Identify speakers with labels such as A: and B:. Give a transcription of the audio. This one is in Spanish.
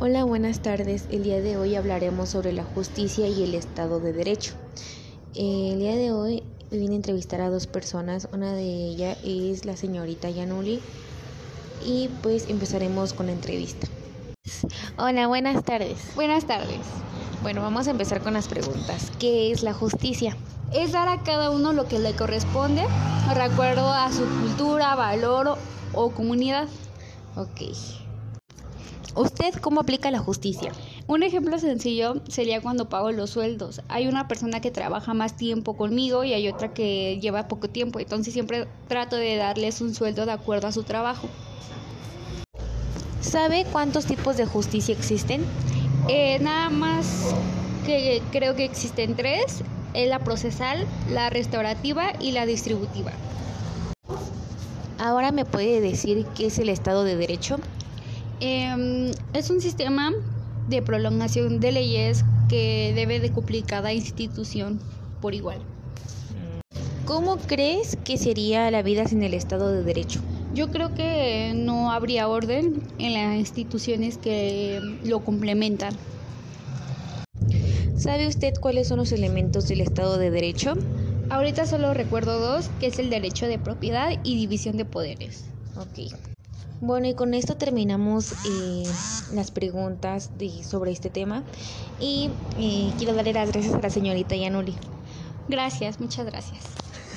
A: Hola, buenas tardes. El día de hoy hablaremos sobre la justicia y el Estado de Derecho. El día de hoy vine a entrevistar a dos personas. Una de ellas es la señorita Yanuli. Y pues empezaremos con la entrevista. Hola, buenas tardes.
B: Buenas tardes.
A: Bueno, vamos a empezar con las preguntas. ¿Qué es la justicia?
B: Es dar a cada uno lo que le corresponde, de acuerdo a su cultura, valor o, o comunidad.
A: Ok. ¿Usted cómo aplica la justicia?
B: Un ejemplo sencillo sería cuando pago los sueldos. Hay una persona que trabaja más tiempo conmigo y hay otra que lleva poco tiempo, entonces siempre trato de darles un sueldo de acuerdo a su trabajo.
A: ¿Sabe cuántos tipos de justicia existen?
B: Eh, nada más que creo que existen tres, eh, la procesal, la restaurativa y la distributiva.
A: Ahora me puede decir qué es el Estado de Derecho.
B: Eh, es un sistema de prolongación de leyes que debe de cumplir cada institución por igual.
A: ¿Cómo crees que sería la vida sin el Estado de Derecho?
B: Yo creo que no habría orden en las instituciones que lo complementan.
A: ¿Sabe usted cuáles son los elementos del Estado de Derecho?
B: Ahorita solo recuerdo dos, que es el derecho de propiedad y división de poderes.
A: Ok. Bueno, y con esto terminamos eh, las preguntas de, sobre este tema. Y eh, quiero darle las gracias a la señorita Yanuli.
B: Gracias, muchas gracias.